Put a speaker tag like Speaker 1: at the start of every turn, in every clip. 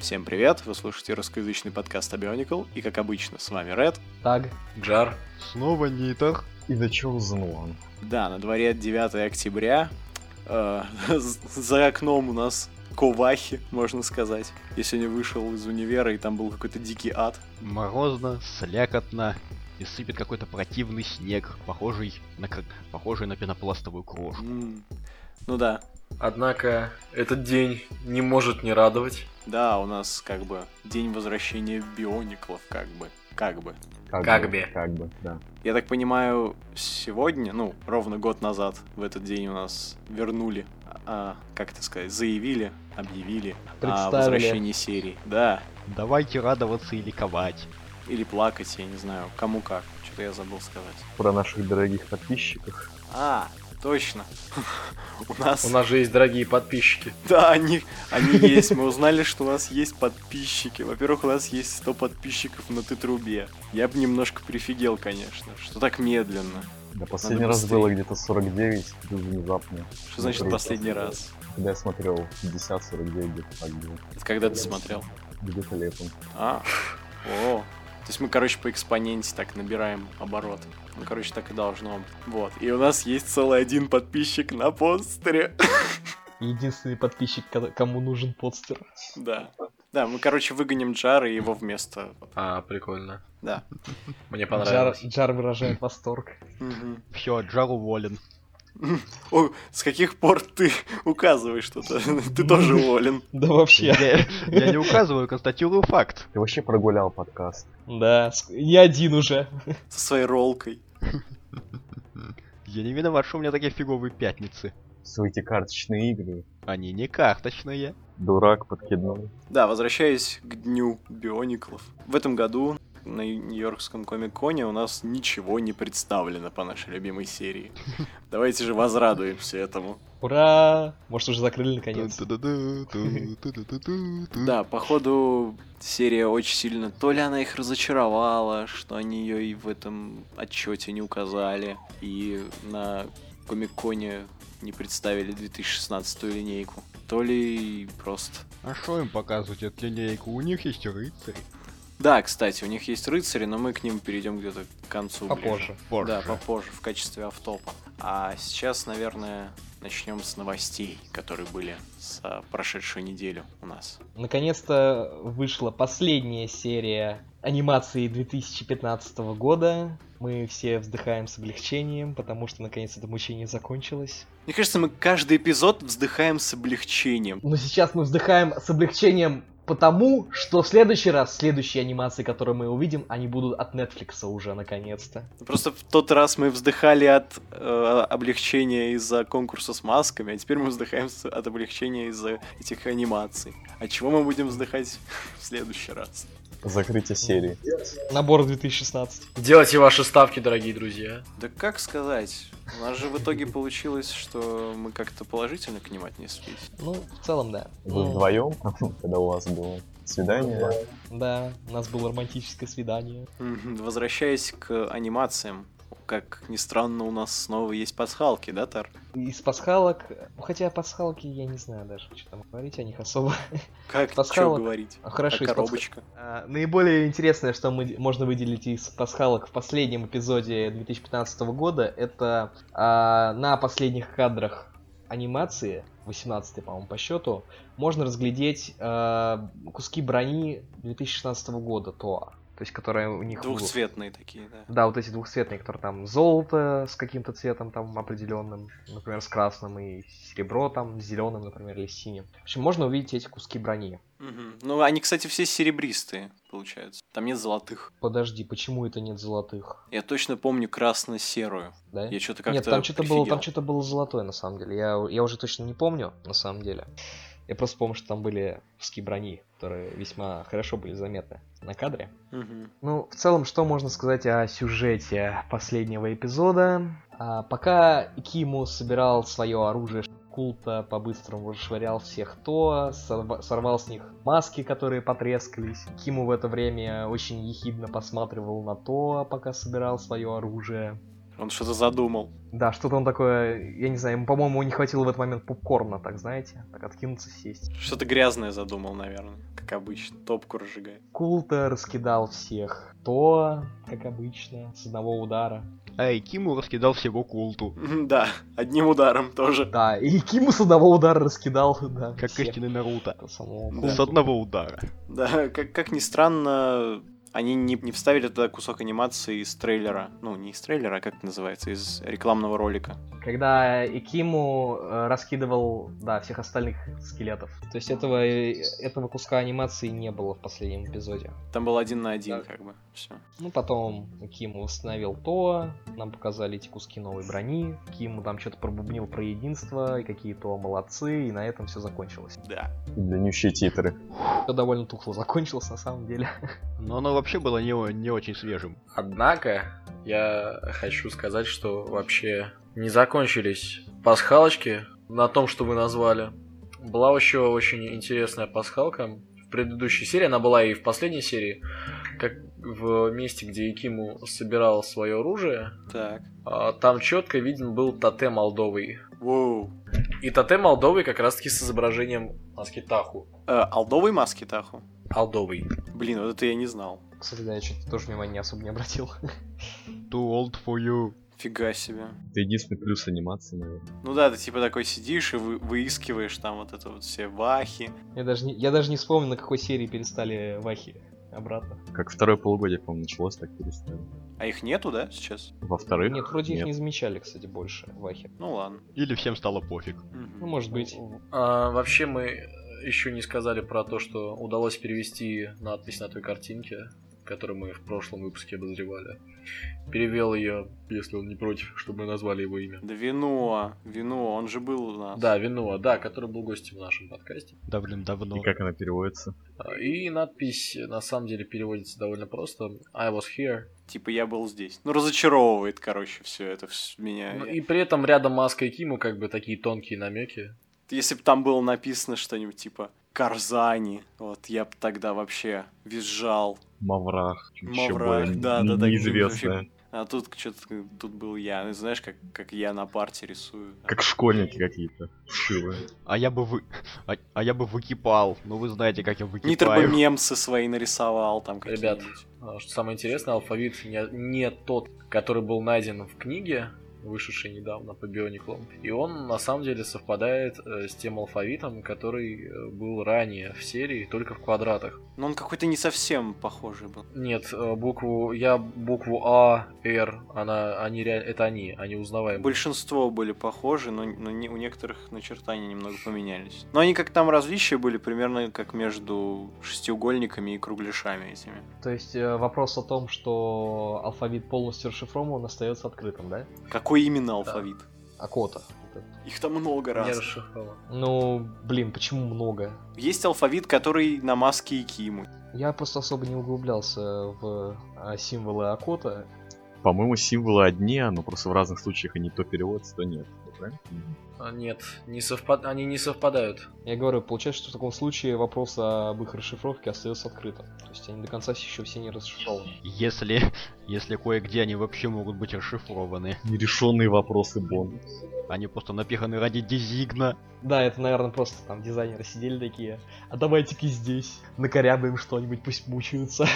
Speaker 1: Всем привет, вы слушаете русскоязычный подкаст Абионикл, и как обычно, с вами Ред.
Speaker 2: Так,
Speaker 3: Джар.
Speaker 4: Снова Нитер и The Chosen One.
Speaker 1: Да, на дворе 9 октября, э, за окном у нас ковахи, можно сказать. Я сегодня вышел из универа, и там был какой-то дикий ад.
Speaker 5: Морозно, слякотно, и сыпет какой-то противный снег, похожий на, кр- похожий на пенопластовую крошку.
Speaker 1: М, Ну да,
Speaker 3: Однако этот день не может не радовать.
Speaker 1: да, у нас как бы день возвращения биониклов, как бы, как бы.
Speaker 3: Как бы.
Speaker 4: Как бы, да.
Speaker 1: Я так понимаю, сегодня, ну, ровно год назад в этот день у нас вернули, а, как это сказать, заявили, объявили о
Speaker 2: Представили.
Speaker 1: возвращении серии. Да,
Speaker 5: Давайте радоваться и ликовать.
Speaker 1: или плакать, я не знаю, кому как. Что-то я забыл сказать.
Speaker 4: Про наших дорогих подписчиков.
Speaker 1: А, точно. У нас...
Speaker 3: У нас же есть дорогие подписчики.
Speaker 1: Да, они, они есть. Мы узнали, что у нас есть подписчики. Во-первых, у нас есть 100 подписчиков на ты трубе. Я бы немножко прифигел, конечно, что так медленно.
Speaker 4: Да,
Speaker 2: Ну,
Speaker 4: последний раз
Speaker 1: быстрее.
Speaker 4: было где-то 49, тут внезапно.
Speaker 1: Что значит
Speaker 4: Круто.
Speaker 1: последний раз?
Speaker 4: Когда я смотрел, 50-49 где-то так было.
Speaker 1: Это когда ты смотрел?
Speaker 4: Где-то летом.
Speaker 1: А, о. То есть мы, короче, по экспоненте так набираем обороты. Ну, короче, так и должно быть. Вот. И у нас есть целый один подписчик на постере.
Speaker 2: единственный подписчик, ко- кому нужен подстер.
Speaker 1: Да. Да, мы, короче, выгоним Джара и его вместо...
Speaker 3: А, прикольно.
Speaker 1: Да.
Speaker 3: Мне
Speaker 2: Джар,
Speaker 3: понравилось.
Speaker 2: Джар выражает восторг.
Speaker 1: Мгм.
Speaker 5: Все, Джар уволен.
Speaker 1: О, с каких пор ты указываешь что-то? Ты тоже уволен.
Speaker 2: Да вообще.
Speaker 5: Я, я не указываю, констатирую факт.
Speaker 4: Ты вообще прогулял подкаст.
Speaker 2: Да, ск- не один уже.
Speaker 1: Со своей ролкой.
Speaker 5: Я не виноват, что у меня такие фиговые пятницы.
Speaker 4: Все эти карточные игры.
Speaker 5: Они не карточные.
Speaker 4: Дурак подкидной.
Speaker 1: Да, возвращаясь к дню биониклов. В этом году на Нью-Йоркском комик-коне у нас ничего не представлено по нашей любимой серии. Давайте же возрадуемся этому.
Speaker 2: Ура! Может, уже закрыли наконец?
Speaker 1: Да, походу, серия очень сильно... То ли она их разочаровала, что они ее и в этом отчете не указали, и на Комик-Коне не представили 2016 линейку. То ли просто...
Speaker 5: А что им показывать эту линейку? У них есть рыцарь.
Speaker 1: Да, кстати, у них есть рыцари, но мы к ним перейдем где-то к концу. ближе.
Speaker 2: Попозже.
Speaker 5: Позже.
Speaker 1: Да, попозже, в качестве автопа. А сейчас, наверное, начнем с новостей, которые были за прошедшую неделю у нас.
Speaker 2: Наконец-то вышла последняя серия анимации 2015 года. Мы все вздыхаем с облегчением, потому что наконец это мучение закончилось.
Speaker 1: Мне кажется, мы каждый эпизод вздыхаем с облегчением.
Speaker 2: Но сейчас мы вздыхаем с облегчением потому, что в следующий раз, следующие анимации, которые мы увидим, они будут от Netflix уже наконец-то.
Speaker 1: Просто в тот раз мы вздыхали от э, облегчения из-за конкурса с масками, а теперь мы вздыхаем с- от облегчения из-за этих анимаций. От чего мы будем вздыхать в следующий раз?
Speaker 4: Закрытие серии.
Speaker 2: Набор 2016.
Speaker 3: Делайте ваши ставки, дорогие друзья.
Speaker 1: Да как сказать? У нас же в итоге получилось, что мы как-то положительно к ним отнеслись.
Speaker 2: Ну, в целом, да.
Speaker 4: Вы
Speaker 2: Ну,
Speaker 4: вдвоем, когда у вас было свидание,
Speaker 2: Да, у нас было романтическое свидание.
Speaker 1: Мгм. Возвращаясь к анимациям, как ни странно, у нас снова есть пасхалки, да, Тар?
Speaker 2: Из пасхалок... ну, Хотя пасхалки я не знаю даже, что там говорить о них особо.
Speaker 1: Как что
Speaker 2: Пасхалок.
Speaker 1: говорить?
Speaker 2: А, хорошо,
Speaker 1: Как
Speaker 2: из пасха-
Speaker 1: коробочка.
Speaker 2: А, Наиболее интересное, что мы, можно выделить из пасхалок в последнем эпизоде 2015 года, это а, на последних кадрах анимации, 18 по-моему, по счету, можно разглядеть а, куски брони 2016 года ТОА. То есть, которые у них... в-
Speaker 1: Двухцветные такие, да.
Speaker 2: Да, вот эти двухцветные, которые там золото с каким-то цветом там определенным, например, с красным и серебро там, с зеленым, например, или с синим. В общем, можно увидеть эти куски брони.
Speaker 1: Мгм. Ну, они, кстати, все серебристые, получаются. Там нет золотых.
Speaker 2: Подожди, почему это нет золотых?
Speaker 1: Я точно помню красно-серую.
Speaker 2: Да?
Speaker 1: Я что-то как-то
Speaker 2: Нет, там что-то было, там
Speaker 1: прифигел.
Speaker 2: что-то было золотое на самом деле. Я, я уже точно не помню, на самом деле. Я просто помню, что там были куски брони, которые весьма хорошо были заметны на кадре.
Speaker 1: Мгм.
Speaker 2: Ну, в целом, что можно сказать о сюжете последнего эпизода? А, пока Киму собирал свое оружие култа, по-быстрому расшвырял всех то, сорва- сорвал с них маски, которые потрескались. Киму в это время очень ехидно посматривал на то, пока собирал свое оружие.
Speaker 1: Он что-то задумал.
Speaker 2: Да, что-то он такое, я не знаю, ему, по-моему, не хватило в этот момент попкорна, так знаете, так откинуться, сесть.
Speaker 1: Что-то грязное задумал, наверное, как обычно. Топку разжигает.
Speaker 2: Кул-то раскидал всех. То, как обычно, с одного удара.
Speaker 5: А Экиму раскидал всего култу.
Speaker 1: Мгм, Да, одним ударом тоже.
Speaker 2: Да, и Киму с одного удара раскидал, да.
Speaker 5: Как
Speaker 2: всех.
Speaker 5: истинный Наруто.
Speaker 2: Это самого
Speaker 1: Да.
Speaker 5: С
Speaker 2: Култа.
Speaker 5: одного удара.
Speaker 1: Да, как, как ни странно, они не, не вставили туда кусок анимации из трейлера. Ну, не из трейлера, а как это называется, из рекламного ролика.
Speaker 2: Когда Икиму э, раскидывал, да, всех остальных скелетов. То есть этого, э, этого куска анимации не было в последнем эпизоде.
Speaker 1: Там был один на один,
Speaker 2: Да.
Speaker 1: как бы. Все.
Speaker 2: Ну, потом Киму восстановил то, нам показали эти куски новой брони, Киму там что-то пробубнил про единство, и какие-то молодцы, и на этом все закончилось.
Speaker 1: Да.
Speaker 4: Длиннющие титры.
Speaker 2: Все довольно тухло закончилось, на самом деле.
Speaker 5: Но оно вообще было не, о- не очень свежим.
Speaker 3: Однако, я хочу сказать, что вообще не закончились пасхалочки на том, что вы назвали. Была еще очень интересная пасхалка в предыдущей серии, она была и в последней серии, как в месте, где Якиму собирал свое оружие,
Speaker 1: Так.
Speaker 3: а, там четко виден был тотем Алдовый.
Speaker 1: Воу.
Speaker 3: И тотем Алдовый как раз-таки с изображением Аскитаху.
Speaker 1: Э, алдовый маски Таху?
Speaker 3: Алдовый.
Speaker 1: Блин, вот это я не знал.
Speaker 2: Кстати, да, я что-то тоже внимания особо не обратил.
Speaker 5: Too old for you.
Speaker 1: Фига себе.
Speaker 4: Это единственный плюс анимации, наверное.
Speaker 1: Ну да, ты типа такой сидишь и вы- выискиваешь там вот это вот все вахи.
Speaker 2: Я даже не, я даже не вспомнил, на какой серии перестали вахи обратно.
Speaker 4: Как второе полугодие, по-моему, началось, так перестали.
Speaker 1: А их нету, да, сейчас?
Speaker 4: Во-вторых,
Speaker 2: Нет, вроде их
Speaker 4: нет.
Speaker 2: не замечали, кстати, больше, вахи.
Speaker 1: Ну ладно.
Speaker 5: Или всем стало пофиг.
Speaker 1: Мгм.
Speaker 2: Ну, может быть.
Speaker 3: А, вообще мы еще не сказали про то, что удалось перевести надпись на той картинке, которую мы в прошлом выпуске обозревали. Перевел ее, если он не против, чтобы мы назвали его имя.
Speaker 1: Да вино, вино, он же был у нас.
Speaker 3: Да, Винуа, да, который был гостем в нашем подкасте.
Speaker 5: Давным-давно.
Speaker 4: И как она переводится?
Speaker 3: А, И надпись на самом деле переводится довольно просто. I was here.
Speaker 1: Типа я был здесь. Ну разочаровывает, короче, все это вс- меня.
Speaker 3: Ну,
Speaker 1: Я-
Speaker 3: и при этом рядом Маска и Киму как бы такие тонкие намеки.
Speaker 1: Если бы там было написано что-нибудь типа Карзани, вот я бы тогда вообще визжал.
Speaker 4: Маврах. Еще
Speaker 1: Маврах,
Speaker 4: более
Speaker 1: да, да, да,
Speaker 4: неизвестная.
Speaker 1: А тут что-то тут был я. Ну, знаешь, как, как я на парте рисую.
Speaker 4: Как школьники какие-то. Вшивые.
Speaker 5: А я бы вы... а, а я бы выкипал. Ну вы знаете, как я
Speaker 1: Нитр бы
Speaker 5: выкипаю.
Speaker 1: мемсы свои нарисовал там
Speaker 3: типа Ребят,
Speaker 1: какие-нибудь.
Speaker 3: А, Что самое интересное, алфавит не, не тот, который был найден в книге, вышедшей недавно по Биониклу. И он на самом деле совпадает э, с тем алфавитом, который э, был ранее в серии, только в квадратах.
Speaker 1: Но он какой-то не совсем похожий был.
Speaker 3: Нет, э, букву я букву А, Р, она, они реально, это они, они узнаваемы.
Speaker 1: Большинство были похожи, но, но не- у некоторых начертания немного поменялись. Но они как там различия были примерно как между шестиугольниками и кругляшами этими.
Speaker 2: То есть э, вопрос о том, что алфавит полностью расшифрован, остается открытым, да?
Speaker 1: Какой именно алфавит?
Speaker 2: Акота. Это-
Speaker 1: Их там много
Speaker 3: Не
Speaker 1: раз.
Speaker 3: расшифровано.
Speaker 2: Ну, блин, почему много?
Speaker 1: Есть алфавит, который на маске и киму.
Speaker 2: Я просто особо не углублялся в а, символы Акота.
Speaker 4: По-моему, символы одни, но просто в разных случаях они то переводятся, то нет. Я правильно понимаю?
Speaker 3: А, Нет, не совпад... они не совпадают.
Speaker 2: Я говорю, получается, что в таком случае вопрос об их расшифровке остается открытым. То есть они до конца еще все не расшифрованы.
Speaker 5: Если... Если кое-где они вообще могут быть расшифрованы.
Speaker 4: Нерешенные вопросы Бон.
Speaker 5: Они просто напиханы ради дизигна.
Speaker 2: Да, это, наверное, просто там дизайнеры сидели такие, а давайте-ка здесь накорябаем что-нибудь, пусть мучаются.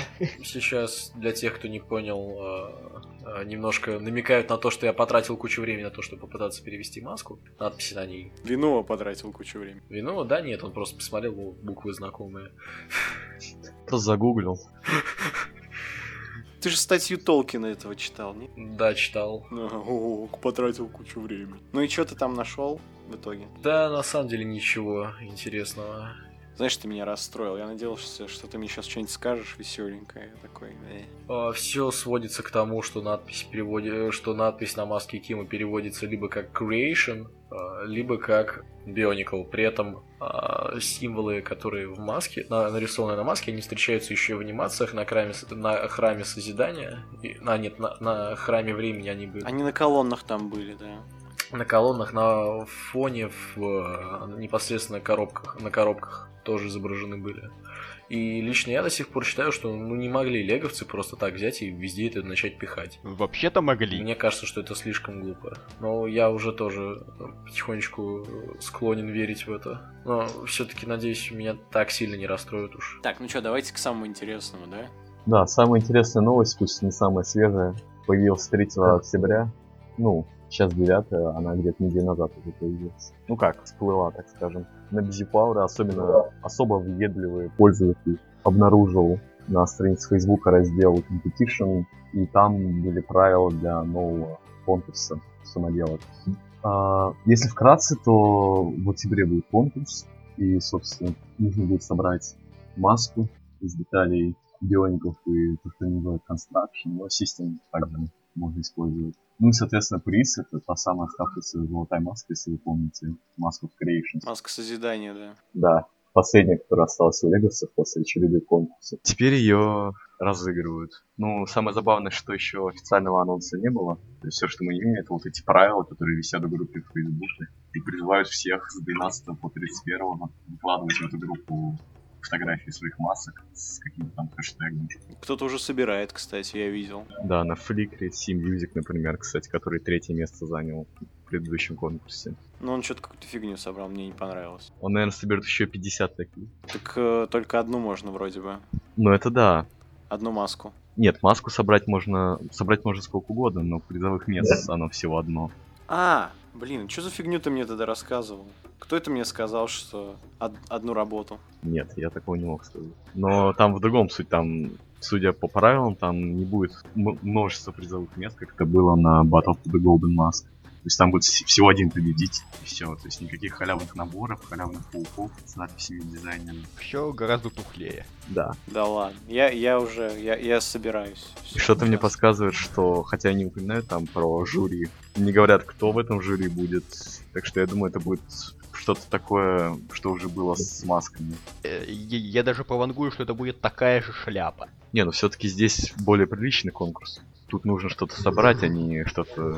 Speaker 3: Сейчас, для тех, кто не понял, э, э, немножко намекают на то, что я потратил кучу времени на то, чтобы попытаться перевести маску, надписи на ней.
Speaker 1: Вино потратил кучу времени.
Speaker 3: Вино, да, нет, он просто посмотрел о, буквы знакомые.
Speaker 4: Просто загуглил.
Speaker 1: Ты же статью Толкина этого читал, не?
Speaker 3: Да, читал.
Speaker 1: О, потратил кучу времени. Ну и что ты там нашел в итоге?
Speaker 3: Да, на самом деле ничего интересного.
Speaker 1: Знаешь, ты меня расстроил. Я надеялся, что ты мне сейчас что-нибудь скажешь веселенькое. Я такой, э.
Speaker 3: Все сводится к тому, что надпись, переводи- э, что надпись на маске Кима переводится либо как Creation, э, либо как Bionicle. При этом э, символы, которые в маске, на- нарисованы на маске, они встречаются еще и в анимациях на храме, С- на храме Созидания. И- а, нет, на, на храме времени они были.
Speaker 1: Они на колоннах там были, да.
Speaker 3: на колоннах, на фоне, в э, непосредственно коробках, на коробках тоже изображены были. И лично я до сих пор считаю, что ну, не могли леговцы просто так взять и везде это начать пихать.
Speaker 5: Вообще-то могли.
Speaker 3: Мне кажется, что это слишком глупо. Но я уже тоже потихонечку склонен верить в это. Но все-таки, надеюсь, меня так сильно не расстроят уж.
Speaker 1: Так, ну что, давайте к самому интересному, да?
Speaker 4: Да, самая интересная новость, пусть не самая свежая, появилась 3 октября. Ну, сейчас 9, она где-то неделю назад уже появилась. Ну как, всплыла, так скажем. На Бизипауэре особенно особо въедливые пользователь обнаружил на странице Фейсбука раздел Competition, и там были правила для нового конкурса самоделок. А, Если вкратце, то в октябре будет конкурс, и, собственно, нужно будет собрать маску из деталей биоников и то, что они называют construction, но систем также можно использовать. Ну и, соответственно, приз — это та самая оставшаяся золотая маска, если вы помните, маску в Creations.
Speaker 1: Маска созидания, да.
Speaker 4: Да, последняя, которая осталась у Леговцев после очередных конкурсов. Теперь ее разыгрывают. Ну, самое забавное, что еще официального анонса не было. То есть все, что мы имеем, это вот эти правила, которые висят в группе в Фейсбуке. И призывают всех с 12 по 31 выкладывать в эту группу фотографии своих масок с каким-то там хэштегом.
Speaker 1: Кто-то уже собирает, кстати, я видел.
Speaker 4: Да, на фликре Sim Music, например, кстати, который третье место занял в предыдущем конкурсе.
Speaker 1: Но он что-то какую-то фигню собрал, мне не понравилось.
Speaker 4: Он, наверное, соберет еще 50 таких.
Speaker 1: Так э, только одну можно вроде бы.
Speaker 4: Ну это да.
Speaker 1: Одну маску.
Speaker 4: Нет, маску собрать можно собрать можно сколько угодно, но призовых мест оно всего одно.
Speaker 1: А, блин, что за фигню ты мне тогда рассказывал? Кто это мне сказал, что од- одну работу?
Speaker 4: Нет, я такого не мог сказать. Но там в другом суть, там, судя по правилам, там не будет м- множество призовых мест, как это было на Battle for the Golden Mask. То есть там будет вс- всего один победитель, и все. То есть никаких халявных наборов, халявных пауков с надписями дизайнера.
Speaker 5: Все гораздо тухлее.
Speaker 4: Да.
Speaker 1: Да ладно, я, я уже, я, я собираюсь.
Speaker 4: И что-то мне
Speaker 1: подсказывает.
Speaker 4: подсказывает, что, хотя они упоминают там про жюри, не говорят, кто в этом жюри будет. Так что я думаю, это будет что-то такое, что уже было с масками.
Speaker 5: Э, Я, я даже провангую, что это будет такая же шляпа.
Speaker 4: Не, ну все-таки здесь более приличный конкурс. Тут нужно что-то собрать, а не что-то...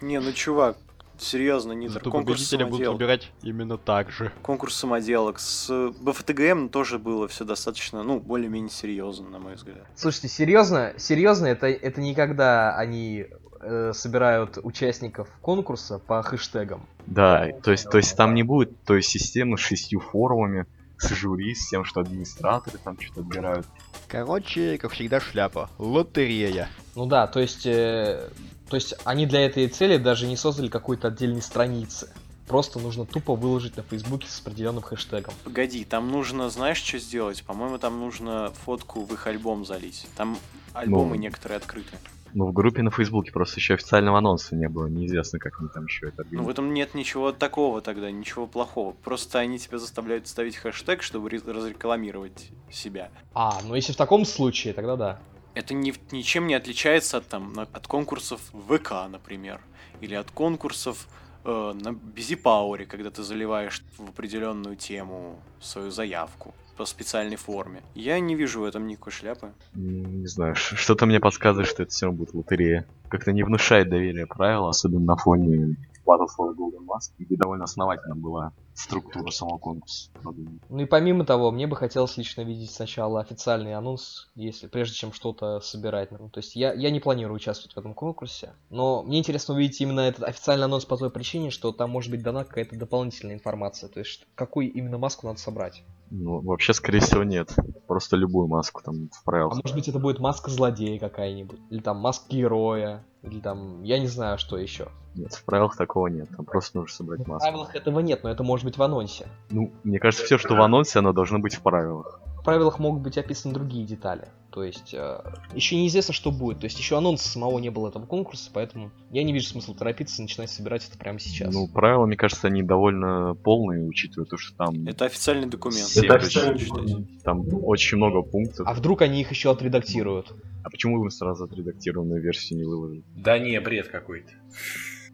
Speaker 1: Не, ну чувак, серьезно, не
Speaker 5: Зато
Speaker 1: конкурс
Speaker 5: победителя будут
Speaker 1: самоделок.
Speaker 5: выбирать именно так же.
Speaker 1: Конкурс самоделок. С БФТГМ тоже было все достаточно, ну, более-менее серьезно, на мой взгляд.
Speaker 2: Слушайте, серьезно, серьезно, это, это никогда они э, собирают участников конкурса по хэштегам.
Speaker 4: Да, то есть, то есть там не будет той системы с шестью форумами, с жюри, с тем, что администраторы там что-то отбирают.
Speaker 5: Короче, как всегда, шляпа. Лотерея.
Speaker 2: Ну да, то есть, э, то есть они для этой цели даже не создали какой-то отдельной страницы. Просто нужно тупо выложить на Фейсбуке с определенным хэштегом.
Speaker 1: Погоди, там нужно, знаешь, что сделать? По-моему, там нужно фотку в их альбом залить. Там альбомы
Speaker 4: Ну.
Speaker 1: некоторые открыты.
Speaker 4: Ну, в группе на Фейсбуке просто еще официального анонса не было, неизвестно, как они там еще это
Speaker 1: Ну, в
Speaker 4: организуют.
Speaker 1: этом нет ничего такого тогда, ничего плохого. Просто они тебя заставляют ставить хэштег, чтобы рез- разрекламировать себя.
Speaker 2: А, ну если в таком случае, тогда да.
Speaker 1: Это ни- ничем не отличается от, там, на- от конкурсов в ВК, например, или от конкурсов э, на Бизипауэре, когда ты заливаешь в определенную тему свою заявку по специальной форме. Я не вижу в этом никакой шляпы.
Speaker 4: М, Не знаю, ш- что-то мне подсказывает, что это все равно будет лотерея. Как-то не внушает доверия правила, особенно на фоне Battle for the Golden Mask, где довольно основательно была структура самого конкурса. продумана.
Speaker 2: Ну и помимо того, мне бы хотелось лично видеть сначала официальный анонс, если прежде чем что-то собирать. Ну, то есть я, я не планирую участвовать в этом конкурсе, но мне интересно увидеть именно этот официальный анонс по той причине, что там может быть дана какая-то дополнительная информация, то есть какую именно маску надо собрать.
Speaker 4: Ну, вообще, скорее всего, нет. Просто любую маску там в
Speaker 2: А
Speaker 4: правилах.
Speaker 2: может быть это будет маска злодея какая-нибудь, или там маска героя, или там я не знаю что еще.
Speaker 4: Нет, в правилах такого нет. Там просто нужно собрать
Speaker 2: В
Speaker 4: маску.
Speaker 2: правилах этого нет, но это может быть в анонсе.
Speaker 4: Ну, мне кажется, все, что в анонсе, оно должно быть в правилах.
Speaker 2: В правилах могут быть описаны другие детали. То есть еще неизвестно, что будет. То есть еще анонса самого не было этого конкурса, поэтому я не вижу смысла торопиться и начинать собирать это прямо сейчас.
Speaker 4: Ну, правила, мне кажется, они довольно полные, учитывая то, что там...
Speaker 1: Это официальный документ.
Speaker 4: Все
Speaker 1: Я
Speaker 4: это
Speaker 1: прочитал,
Speaker 4: читать.
Speaker 1: читать.
Speaker 4: Там очень много пунктов.
Speaker 2: а вдруг они их еще отредактируют?
Speaker 4: А почему вы сразу отредактированную версию не выложили?
Speaker 3: Да не, бред какой-то.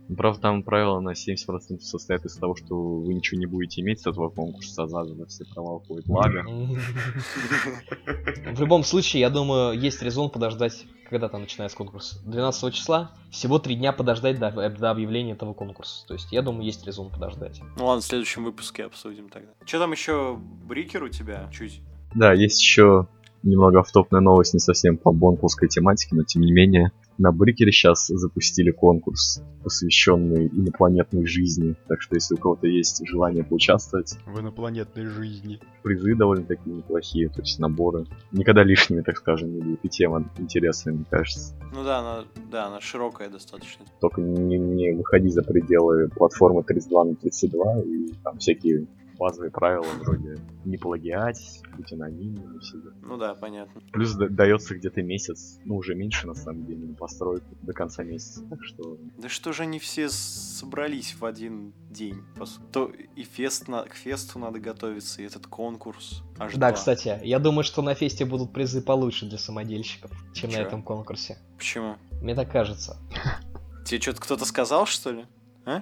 Speaker 4: Ну, Правда, там правило на 70% состоит из того, что вы ничего не будете иметь с этого конкурса, а заживо все права уходят. Ладно.
Speaker 2: В любом случае, я думаю, есть резон подождать, когда там начинается конкурс. 12 числа всего три дня подождать до, э, до объявления этого конкурса. То есть, я думаю, есть резон подождать.
Speaker 1: Ну ладно, в следующем выпуске обсудим тогда. Че там еще брикер у тебя? Чуть.
Speaker 4: Да, есть еще немного автопная новость, не совсем по бонкурской тематике, но тем не менее. На Брикере сейчас запустили конкурс, посвященный инопланетной жизни. Так что если у кого-то есть желание поучаствовать,
Speaker 5: в инопланетной жизни.
Speaker 4: призы довольно-таки неплохие, то есть наборы. Никогда лишними, так скажем, не будет. И тема интересная, мне кажется.
Speaker 1: Ну да, она, да, она широкая достаточно.
Speaker 4: Только не, не выходи за пределы платформы 32 на 32 и там всякие базовые правила вроде не плагиать, быть анонимным и все дела.
Speaker 1: Ну да, понятно.
Speaker 4: Плюс да- дается где-то месяц, ну уже меньше на самом деле, на постройку до конца месяца. Так что
Speaker 1: Да что же они все с- собрались в один день? по су- То и фест на... к фесту надо готовиться, и этот конкурс. Аж
Speaker 2: Да,
Speaker 1: два.
Speaker 2: кстати, я думаю, что на фесте будут призы получше для самодельщиков, чем на
Speaker 1: Чё?
Speaker 2: этом конкурсе.
Speaker 1: Почему?
Speaker 2: Мне так кажется.
Speaker 1: Тебе что-то кто-то сказал, что ли?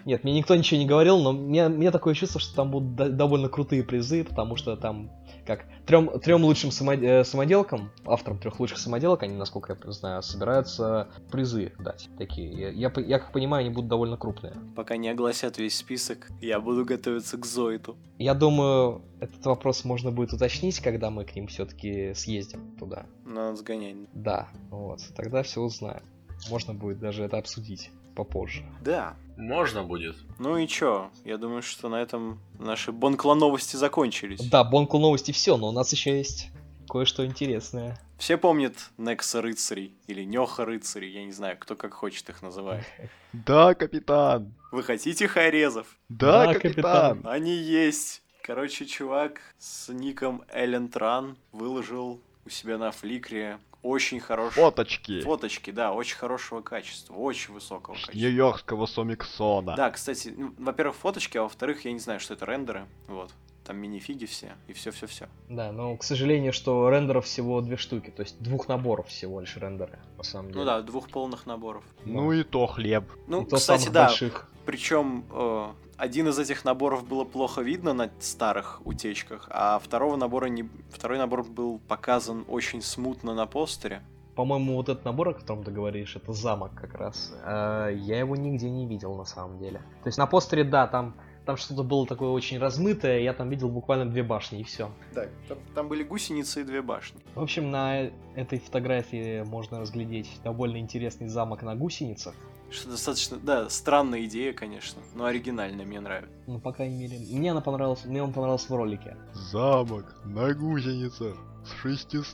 Speaker 2: Нет, мне никто ничего не говорил, но мне, мне такое чувство, что там будут до- довольно крутые призы, потому что там, как, трем, трем лучшим само- э, самоделкам, авторам трех лучших самоделок, они, насколько я знаю, собираются призы дать. Такие, я, я по- я как понимаю, они будут довольно крупные.
Speaker 1: Пока не огласят весь список, я буду готовиться к Зоиту.
Speaker 2: Я думаю, этот вопрос можно будет уточнить, когда мы к ним все-таки съездим туда.
Speaker 1: Ну, Надо сгонять.
Speaker 2: Да, вот, тогда все узнаем. Можно будет даже это обсудить попозже.
Speaker 1: Да.
Speaker 3: Можно будет.
Speaker 1: Ну и чё? Я думаю, что на этом наши бонкла новости закончились.
Speaker 2: Да, Бонкул новости все, но у нас еще есть кое-что интересное.
Speaker 1: Все помнят Некса рыцарей или Неха рыцарей, я не знаю, кто как хочет их называет.
Speaker 5: Да, капитан.
Speaker 1: Вы хотите хайрезов?
Speaker 5: Да,
Speaker 2: Да, капитан.
Speaker 5: капитан.
Speaker 1: Они есть. Короче, чувак с ником Эллен Тран выложил у себя на фликре очень хорошие
Speaker 5: Фоточки.
Speaker 1: фоточки, да, очень хорошего качества, очень высокого
Speaker 5: С
Speaker 1: качества.
Speaker 5: Нью-Йоркского Сомиксона.
Speaker 1: Да, кстати, ну, во-первых, фоточки, а во-вторых, я не знаю, что это рендеры. Вот. Там минифиги все, и все-все-все.
Speaker 2: Да, но, к сожалению, что рендеров всего две штуки, то есть двух наборов всего лишь рендеры, на самом деле.
Speaker 1: Ну да, двух полных наборов.
Speaker 5: Ну и то хлеб.
Speaker 1: Ну,
Speaker 2: И то
Speaker 1: кстати,
Speaker 2: самых
Speaker 1: да,
Speaker 2: больших.
Speaker 1: причем э, один из этих наборов было плохо видно на старых утечках, а второго набора не... второй набор был показан очень смутно на постере.
Speaker 2: По-моему, вот этот набор, о котором ты говоришь, это замок как раз. А, я его нигде не видел, на самом деле. То есть на постере, да, там, там что-то было такое очень размытое, я там видел буквально две башни, и все.
Speaker 1: Да, там, там были гусеницы и две башни.
Speaker 2: В общем, на этой фотографии можно разглядеть довольно интересный замок на гусеницах.
Speaker 1: Что достаточно, да, странная идея, конечно, но оригинальная, мне нравится.
Speaker 2: Ну, по крайней мере, мне она понравилась, мне он понравился в ролике.
Speaker 5: Замок на гусеницах с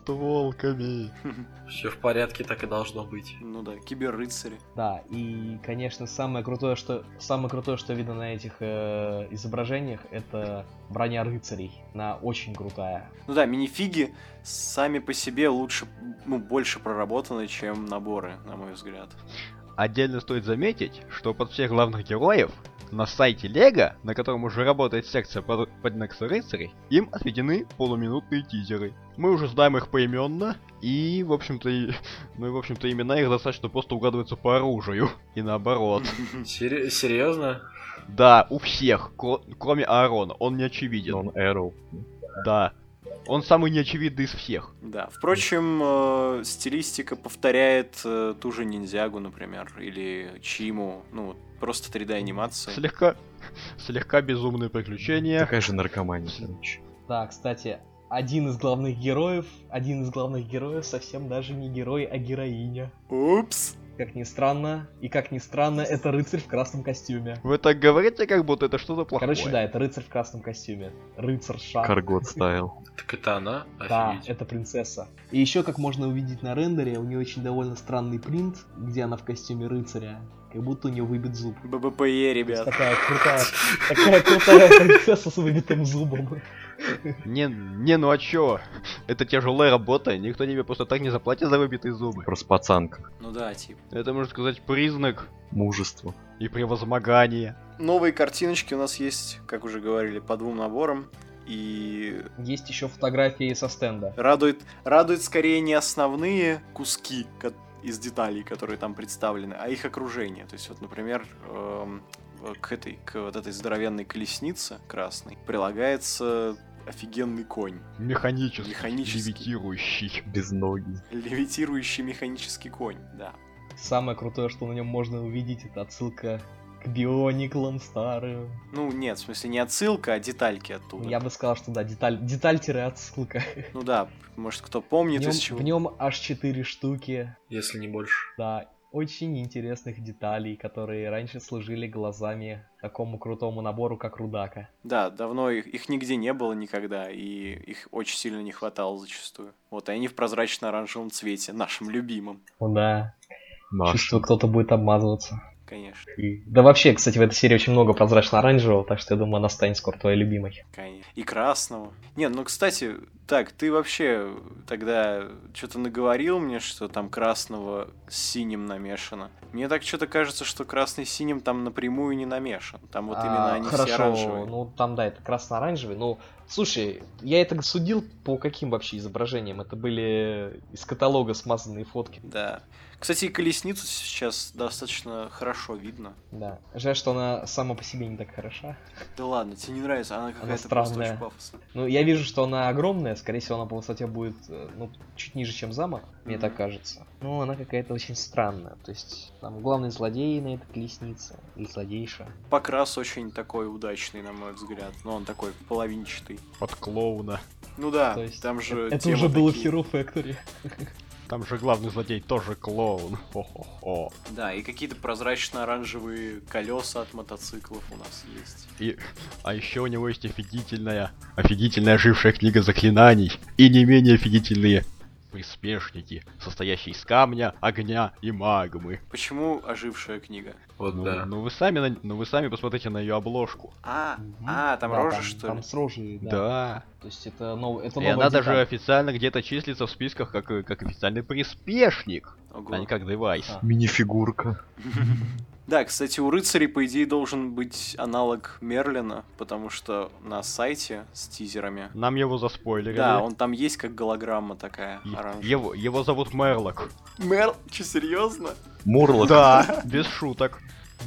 Speaker 5: шестистволками.
Speaker 3: Все в порядке, так и должно быть.
Speaker 1: Ну да, киберрыцари.
Speaker 2: Да, и, конечно, самое крутое, что самое крутое, что видно на этих э, изображениях, это броня рыцарей. Она очень крутая.
Speaker 1: Ну да, минифиги сами по себе лучше, ну, больше проработаны, чем наборы, на мой взгляд.
Speaker 5: Отдельно стоит заметить, что под всех главных героев на сайте Лего, на котором уже работает секция под, под Некса Рыцарей, им отведены полуминутные тизеры. Мы уже знаем их поименно, и, в общем-то, и- ну и, в общем-то, имена их достаточно просто угадываются по оружию. И наоборот.
Speaker 3: Серьезно?
Speaker 5: Да, у всех, кро- кроме Аарона, он не очевиден.
Speaker 4: он Arrow.
Speaker 5: Да. Он самый неочевидный из всех.
Speaker 1: Да, впрочем, э, стилистика повторяет э, ту же ниндзягу, например, или чиму, ну, просто 3D-анимация.
Speaker 5: Слегка, слегка безумные приключения.
Speaker 4: Такая же наркомания, короче.
Speaker 2: Да, кстати, один из главных героев, один из главных героев совсем даже не герой, а героиня.
Speaker 1: Упс!
Speaker 2: Как ни странно, и как ни странно, это рыцарь в красном костюме.
Speaker 5: Вы так говорите, как будто это что-то плохое.
Speaker 2: Короче, да, это рыцарь в красном костюме. Рыцарша.
Speaker 4: Каргот стайл.
Speaker 3: Так это она?
Speaker 2: Да,
Speaker 3: Офигеть.
Speaker 2: это принцесса. И еще, как можно увидеть на рендере, у нее очень довольно странный принт, где она в костюме рыцаря, как будто у нее выбит зуб.
Speaker 1: ББПЕ,
Speaker 2: То есть
Speaker 1: ребят.
Speaker 2: Такая крутая, такая крутая принцесса с выбитым зубом.
Speaker 5: Не, не, ну а чё? Это тяжелая работа, никто тебе просто так не заплатит за выбитые зубы.
Speaker 4: Просто пацанка.
Speaker 1: Ну да, типа.
Speaker 5: Это, можно сказать, признак
Speaker 4: Мужество.
Speaker 5: и превозмогание.
Speaker 1: Новые картиночки у нас есть, как уже говорили, по двум наборам. И
Speaker 2: Есть еще фотографии со стенда.
Speaker 1: Радует, радует скорее не основные куски, ко- из деталей, которые там представлены, а их окружение. То есть вот, например, эм, к этой, к вот этой здоровенной колеснице красной прилагается офигенный конь,
Speaker 5: Механический.
Speaker 1: Механический.
Speaker 5: Левитирующий.
Speaker 4: Без ноги.
Speaker 1: левитирующий механический конь, да.
Speaker 2: Самое крутое, что на нем можно увидеть, это отсылка к биониклам старым.
Speaker 1: Ну нет, в смысле не отсылка, а детальки оттуда.
Speaker 2: Я бы сказал, что да, деталь, деталь-отсылка.
Speaker 1: Ну да, может кто помнит из чего.
Speaker 2: в нем аж 4 штуки,
Speaker 3: если не больше.
Speaker 2: да, очень интересных деталей, которые раньше служили глазами такому крутому набору, как Рудака.
Speaker 1: Да, давно их, их нигде не было никогда, и их очень сильно не хватало зачастую. Вот, и они в прозрачно-оранжевом цвете, нашим любимым,
Speaker 2: Ну Да,
Speaker 4: Наш.
Speaker 2: чувствую, кто-то будет обмазываться.
Speaker 1: конечно,
Speaker 2: И- Да вообще, кстати, в этой серии очень много прозрачно-оранжевого, так что я думаю, она станет скоро твоей любимой.
Speaker 1: конечно. И красного. Не, ну, кстати, так, ты вообще тогда что-то наговорил мне, что там красного с синим намешано. Мне так что-то кажется, что красный с синим там напрямую не намешан. Там вот именно
Speaker 2: А,
Speaker 1: они
Speaker 2: Хорошо,
Speaker 1: все оранжевые.
Speaker 2: ну там, да, это красно-оранжевый, но... Слушай, я это судил по каким вообще изображениям? Это были из каталога смазанные фотки.
Speaker 1: Да. Кстати, и колесницу сейчас достаточно хорошо видно.
Speaker 2: Да. Жаль, что она сама по себе не так хороша.
Speaker 1: Да ладно, тебе не нравится, она какая-то просто
Speaker 2: странная.
Speaker 1: очень пафосная.
Speaker 2: Ну, я вижу, что она огромная, скорее всего, она по высоте будет, э, ну, чуть ниже, чем замок, мне
Speaker 1: Мгм.
Speaker 2: так кажется. Ну, она какая-то очень странная, то есть, там, главный злодей на этой колеснице, или злодейша.
Speaker 1: Покрас очень такой удачный, на мой взгляд. Но он такой половинчатый.
Speaker 5: Под клоуна.
Speaker 1: Ну да,
Speaker 2: то есть,
Speaker 1: там же...
Speaker 2: э- это
Speaker 1: темы
Speaker 2: уже было в
Speaker 1: такие.
Speaker 2: Hero Factory.
Speaker 5: Там же главный злодей тоже клоун. Хо-хо-хо.
Speaker 1: Да, и какие-то прозрачно-оранжевые колеса от мотоциклов у нас есть.
Speaker 5: И, а еще у него есть офигительная, офигительная ожившая книга заклинаний и не менее офигительные приспешники, состоящие из камня, огня и магмы.
Speaker 1: Почему ожившая книга?
Speaker 3: Вот
Speaker 5: Ну,
Speaker 3: да.
Speaker 5: ну вы сами, на- ну вы сами посмотрите на ее обложку.
Speaker 1: А,
Speaker 2: Мгм.
Speaker 1: а, там
Speaker 2: Да,
Speaker 1: рожа, что
Speaker 2: там
Speaker 1: ли?
Speaker 2: с рожей, да.
Speaker 5: Да.
Speaker 2: То есть, это, нов... это
Speaker 5: И
Speaker 2: новая
Speaker 5: она даже
Speaker 2: деталь.
Speaker 5: официально где-то числится в списках как, э, как официальный приспешник,
Speaker 1: Ого.
Speaker 5: а не как девайс.
Speaker 2: А.
Speaker 4: Мини-фигурка.
Speaker 1: Да, кстати, у рыцарей, по идее, должен быть аналог Мерлина, потому что на сайте с тизерами...
Speaker 5: Нам его заспойлерили.
Speaker 1: Да, он там есть как голограмма такая,
Speaker 5: Е-
Speaker 1: оранжевая.
Speaker 5: Его, его зовут Мерлок.
Speaker 1: Мерл? Че, серьезно?
Speaker 4: Мурлок.
Speaker 5: Да, без шуток.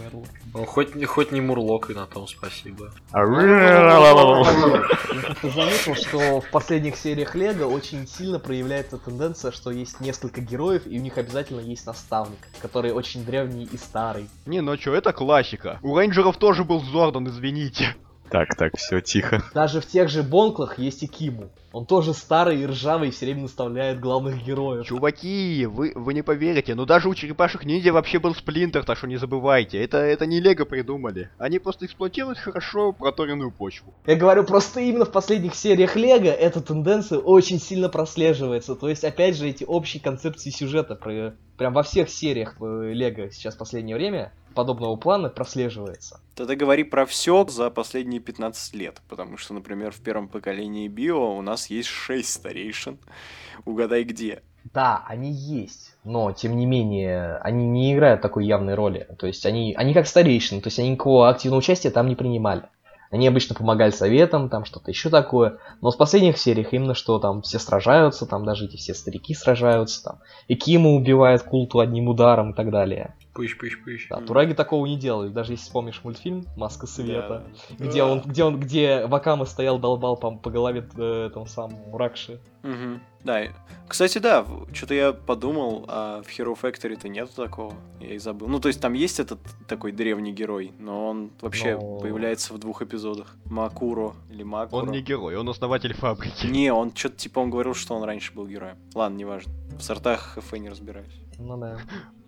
Speaker 2: Мерлок.
Speaker 3: Ну, хоть, не- хоть не Мурлок, и на том спасибо.
Speaker 2: Я как-то заметил, что в последних сериях Лего очень сильно проявляется тенденция, что есть несколько героев, и у них обязательно есть наставник, который очень древний и старый.
Speaker 5: Не, ну чё, это классика. У рейнджеров тоже был Зордан, извините.
Speaker 4: Так, так, все, тихо.
Speaker 2: Даже в тех же Бонклах есть и Киму. Он тоже старый и ржавый, и все время наставляет главных героев.
Speaker 5: Чуваки, вы, вы не поверите, но даже у черепашек ниндзя вообще был сплинтер, так что не забывайте. Это, это не Лего придумали. Они просто эксплуатируют хорошо проторенную почву.
Speaker 2: Я говорю, просто именно в последних сериях Лего эта тенденция очень сильно прослеживается. То есть, опять же, эти общие концепции сюжета про- прям во всех сериях э, Лего сейчас в последнее время подобного плана прослеживается.
Speaker 1: Тогда говори про все за последние 15 лет, потому что, например, в первом поколении био у нас есть 6 старейшин. Угадай где.
Speaker 2: Да, они есть, но тем не менее они не играют такой явной роли. То есть они, они как старейшины, то есть они никакого активного участия там не принимали. Они обычно помогали советам, там что-то еще такое. Но в последних сериях именно что там все сражаются, там даже эти все старики сражаются, там. И Кима убивает культу одним ударом и так далее.
Speaker 3: Пыщ, пыщ, пыщ.
Speaker 2: Да,
Speaker 1: Мгм.
Speaker 2: Тураги такого не делали, даже если вспомнишь мультфильм «Маска света»,
Speaker 1: Да.
Speaker 2: где он, где он, где Вакама стоял, долбал по, по голове э, этому самому Ракши.
Speaker 1: Мгм. Да. и- Кстати, да, что-то я подумал, а в Hero Factory-то нету такого. Я и забыл. Ну, то есть там есть этот такой древний герой, но он вообще
Speaker 2: Но-
Speaker 1: появляется в двух эпизодах. Макуро или Макуро.
Speaker 5: Он не герой, он основатель фабрики.
Speaker 1: Не, он что-то типа он говорил, что он раньше был героем. Ладно, неважно. В сортах ХФ не разбираюсь.
Speaker 2: Ну да.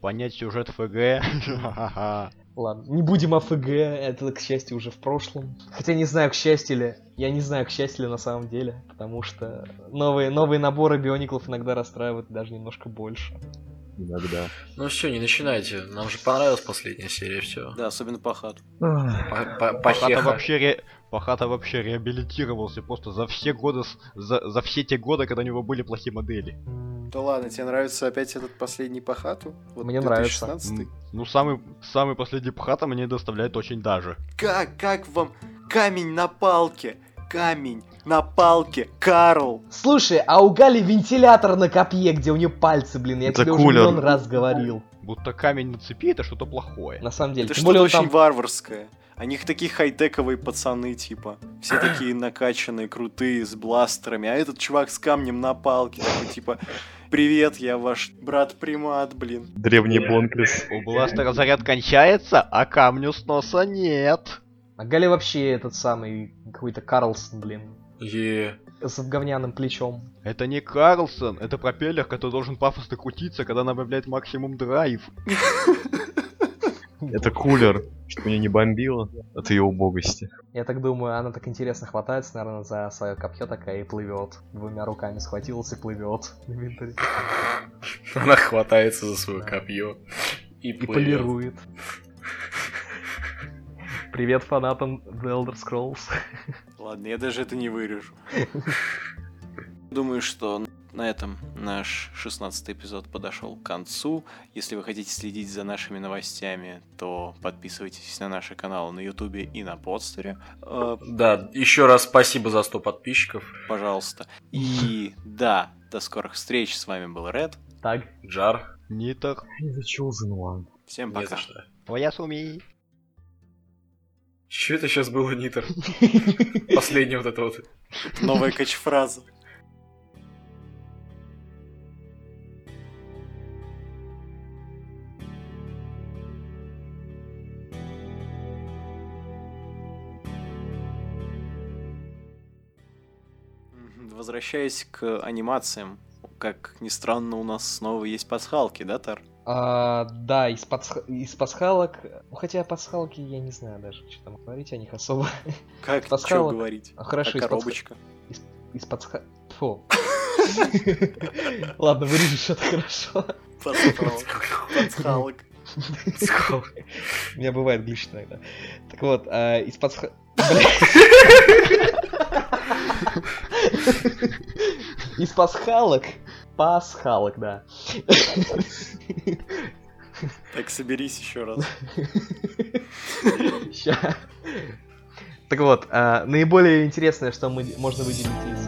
Speaker 5: Понять сюжет ФГ. ха-ха-ха.
Speaker 2: Ладно, не будем АФГ, это, к счастью, уже в прошлом. Хотя не знаю, к счастью ли. Я не знаю, к счастью ли на самом деле, потому что новые, новые наборы биониклов иногда расстраивают даже немножко больше.
Speaker 4: Иногда.
Speaker 3: Ну все, не начинайте. Нам же понравилась последняя серия, все.
Speaker 1: Да, особенно по хату.
Speaker 5: Пахата
Speaker 3: Пахата
Speaker 5: вообще, ре- Пахата вообще реабилитировался просто за все годы, с- за, за все те годы, когда у него были плохие модели.
Speaker 1: Да ладно, тебе нравится опять этот последний по хату? Вот
Speaker 2: Мне нравится.
Speaker 1: 2016?
Speaker 5: М, Ну, самый, самый последний Пхата мне доставляет очень даже.
Speaker 1: Как, как вам камень на палке? камень на палке, Карл.
Speaker 2: Слушай, а у Гали вентилятор на копье, где у нее пальцы, блин, я
Speaker 4: Это
Speaker 2: тебе уже
Speaker 4: кулер.
Speaker 2: миллион раз говорил.
Speaker 5: Будто камень на цепи это что-то плохое.
Speaker 2: На самом деле,
Speaker 1: Это
Speaker 2: тем
Speaker 1: что-то
Speaker 2: более он
Speaker 1: очень
Speaker 2: там...
Speaker 1: варварское. О них такие хай-тековые пацаны, типа. Все такие накачанные, крутые, с бластерами. А этот чувак с камнем на палке, такой, типа, привет, я ваш брат-примат, блин.
Speaker 4: Древний бонкрис.
Speaker 5: У бластера заряд кончается, а камню сноса нет.
Speaker 2: А Гали вообще этот самый, какой-то Карлсон, блин,
Speaker 3: И
Speaker 2: с говняным плечом.
Speaker 5: Это не Карлсон, это пропеллер, который должен пафосно крутиться, когда направляет максимум драйв.
Speaker 4: Это кулер, чтобы меня не бомбило от ее убогости.
Speaker 2: Я так думаю, она так интересно хватается, наверное, за свое копье такая и плывет. Двумя руками схватилась и плывет на винтаре.
Speaker 3: она хватается за свое копье. И,
Speaker 2: И
Speaker 3: плывет.
Speaker 2: полирует. Привет фанатам The Elder Scrolls.
Speaker 1: Ладно, я даже это не вырежу. Думаю, что на этом наш 16 эпизод подошел к концу. Если вы хотите следить за нашими новостями, то подписывайтесь на наши каналы на Ютубе и на подстере. Э,
Speaker 3: Да, еще раз спасибо за 100 подписчиков.
Speaker 1: пожалуйста. И да, до скорых встреч. С вами был Ред.
Speaker 2: Так.
Speaker 3: Джар.
Speaker 5: Нитер,
Speaker 4: Не за Chosen One.
Speaker 1: Всем
Speaker 3: Не
Speaker 1: пока.
Speaker 3: за что.
Speaker 5: твоя суми.
Speaker 3: Че это сейчас было, Нитер? Последняя вот эта вот
Speaker 1: Новая качфраза. Мгм, Возвращаясь к анимациям, как ни странно, у нас снова есть пасхалки, да, Тар?
Speaker 2: А, да, из, пасх- из пасхалок... Ну, хотя пасхалки я не знаю даже, что там говорить о них особо.
Speaker 1: Как что
Speaker 2: Пасхалок.
Speaker 1: говорить?
Speaker 2: А
Speaker 1: А
Speaker 2: Хорошо, из, пасх...
Speaker 1: коробочка.
Speaker 2: из пасха... Фу. Ладно, вырежешь это хорошо.
Speaker 1: Пасхалок. Пасхалок.
Speaker 3: скал.
Speaker 2: У меня бывает глич иногда. Так вот, а, из пасха... Из пасхалок... Пасхалок, да.
Speaker 1: Так, соберись еще раз.
Speaker 2: Ща. Так вот, а, наиболее интересное, что мы можно выделить из